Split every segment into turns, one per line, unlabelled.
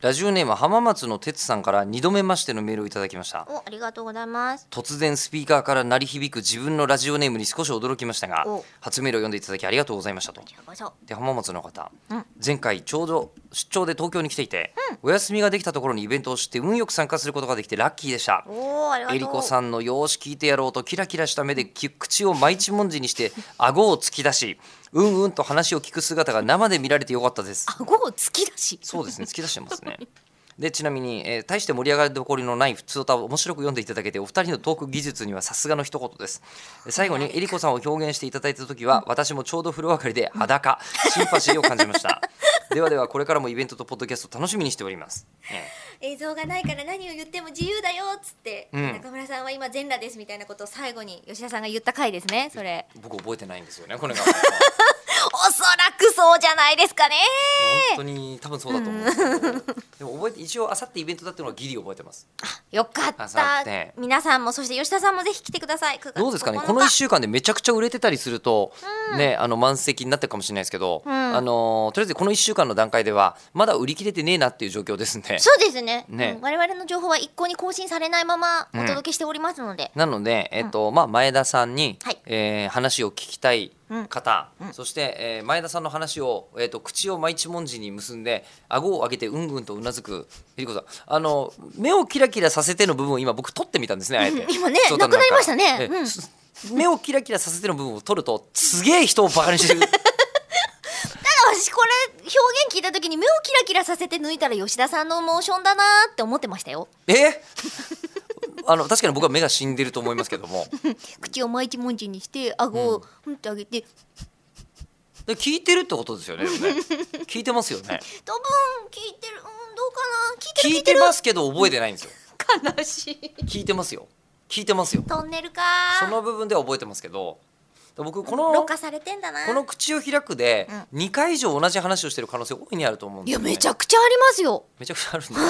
ラジオネーム浜松の哲さんから2度目ましてのメールをいただきました
おありがとうございます
突然スピーカーから鳴り響く自分のラジオネームに少し驚きましたが
お
初メールを読んでいただきありがとうございましたと
こちらこそ
で浜松の方、
うん
前回ちょうど出張で東京に来ていて、お休みができたところにイベントをして運よく参加することができてラッキーでした
おーありがとう
えりこさんの「よーし聞いてやろう」とキラキラした目でき口を毎一文字にして顎を突き出しうんうんと話を聞く姿が生で見られてよかったです
顎を突き出し
そうですね突き出してますねでちなみに、えー大して盛り上がりどころのない普通歌を面白く読んでいただけてお二人のトーク技術にはさすがの一言ですえ最後にえりこさんを表現していただいた時は私もちょうど風呂上がりで裸シンパシーを感じましたではではこれからもイベントとポッドキャスト楽しみにしております、ね
映像がないから何を言っても自由だよっつって、
うん
中村さんは今全裸ですみたいなことを最後に吉田さんが言った回ですねそれ
僕覚えてないんですよねこれが
おそらくそうじゃないですかね
本当に多分そうだと思うんです けどでも覚えて一応あさってイベントだっていうのはギリ覚えてます
よかっ
あそうだ
た
って
皆さんもそして吉田さんもぜひ来てください9月
どうですかね
9日
この1週間でめちゃくちゃ売れてたりすると、ねあの満席になってるかもしれないですけど、あのーとりあえずこの1週間の段階ではまだ売り切れてねえなっていう状況ですんで
そうですね
ね
うん我々の情報は一向に更新されないままお届けしておりますので、
なので、えっとまあ、前田さんに、
はい
えー話を聞きたい方、そして、えー前田さんの話を、えっと口を毎一文字に結んで顎を上げてうんうんとうなずくえりこさんあの目をキラキラさせての部分を今僕取ってみたんですねあえて。
今ね
そうだ
なくなりましたね
んかえ
うん
す目をキラキラさせての部分を取るとすげえ人をバカにしてる
ただ私これ表現聞いた時に目をキラキラさせて抜いたら吉田さんのモーションだなーって思ってましたよ
え あの確かに僕は目が死んでると思いますけども
口を毎日文字にして顎をふんって上げて、
で聞いてるってことですよねでもね聞いてますよね
多分聞いてるうんどうかな聞い
聞
てる聞
い
いて
て
る
ますけど覚えてないんですよ
悲しい
聞いてますよ聞いてますよ
トンネルか
その部分では覚えてますけど僕この
ろ
こ
過されてんだな
の口を開くで2回以上同じ話をしてる可能性大いにあると思うん
い
です
や
よ、ね、
めちゃくちゃありますよ
めちゃくちゃあるんで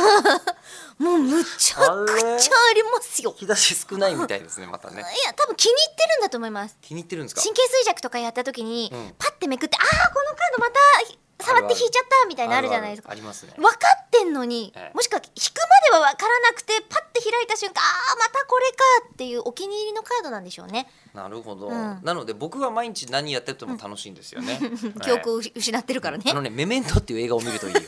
もうむちゃくちゃありますよ
引き出し少ないみたいですねまた
い
ね
や多分気に入ってるんだと思います
気に入ってるんですか
神経衰弱とかやった時に、
うん
パッてめくってああこのカードまたひ
あるある
触って引いちゃったみたいなのあるじゃないですか
あるあるありますね
分かってんのに、
ええ
もしくは引くまでは分からなくてパッて開いた瞬間ああまたこれかっていうお気に入りのカードなんでしょうね
なるほど、
うん
なので僕は毎日何やってても楽しいんですよね、
記憶を失ってるからね、
あのね、メメントっていう映画を見る といいよ。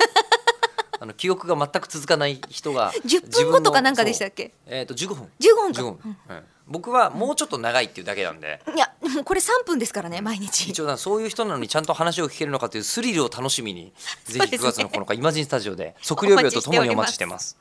あの記憶が全く続かない人が
10分後とかなんかでしたっけ
自分のそうえっ、と15分
15分か
15分、うん僕はもうちょっと長いっていうだけなん で
いやもうこれ3分ですからね毎日
一応なそういう人なのにちゃんと話を聞けるのかというスリルを楽しみにぜ
そう
ひ
で
9
すね
月のこの日イマジンスタジオで測量病とともにお待ちしてます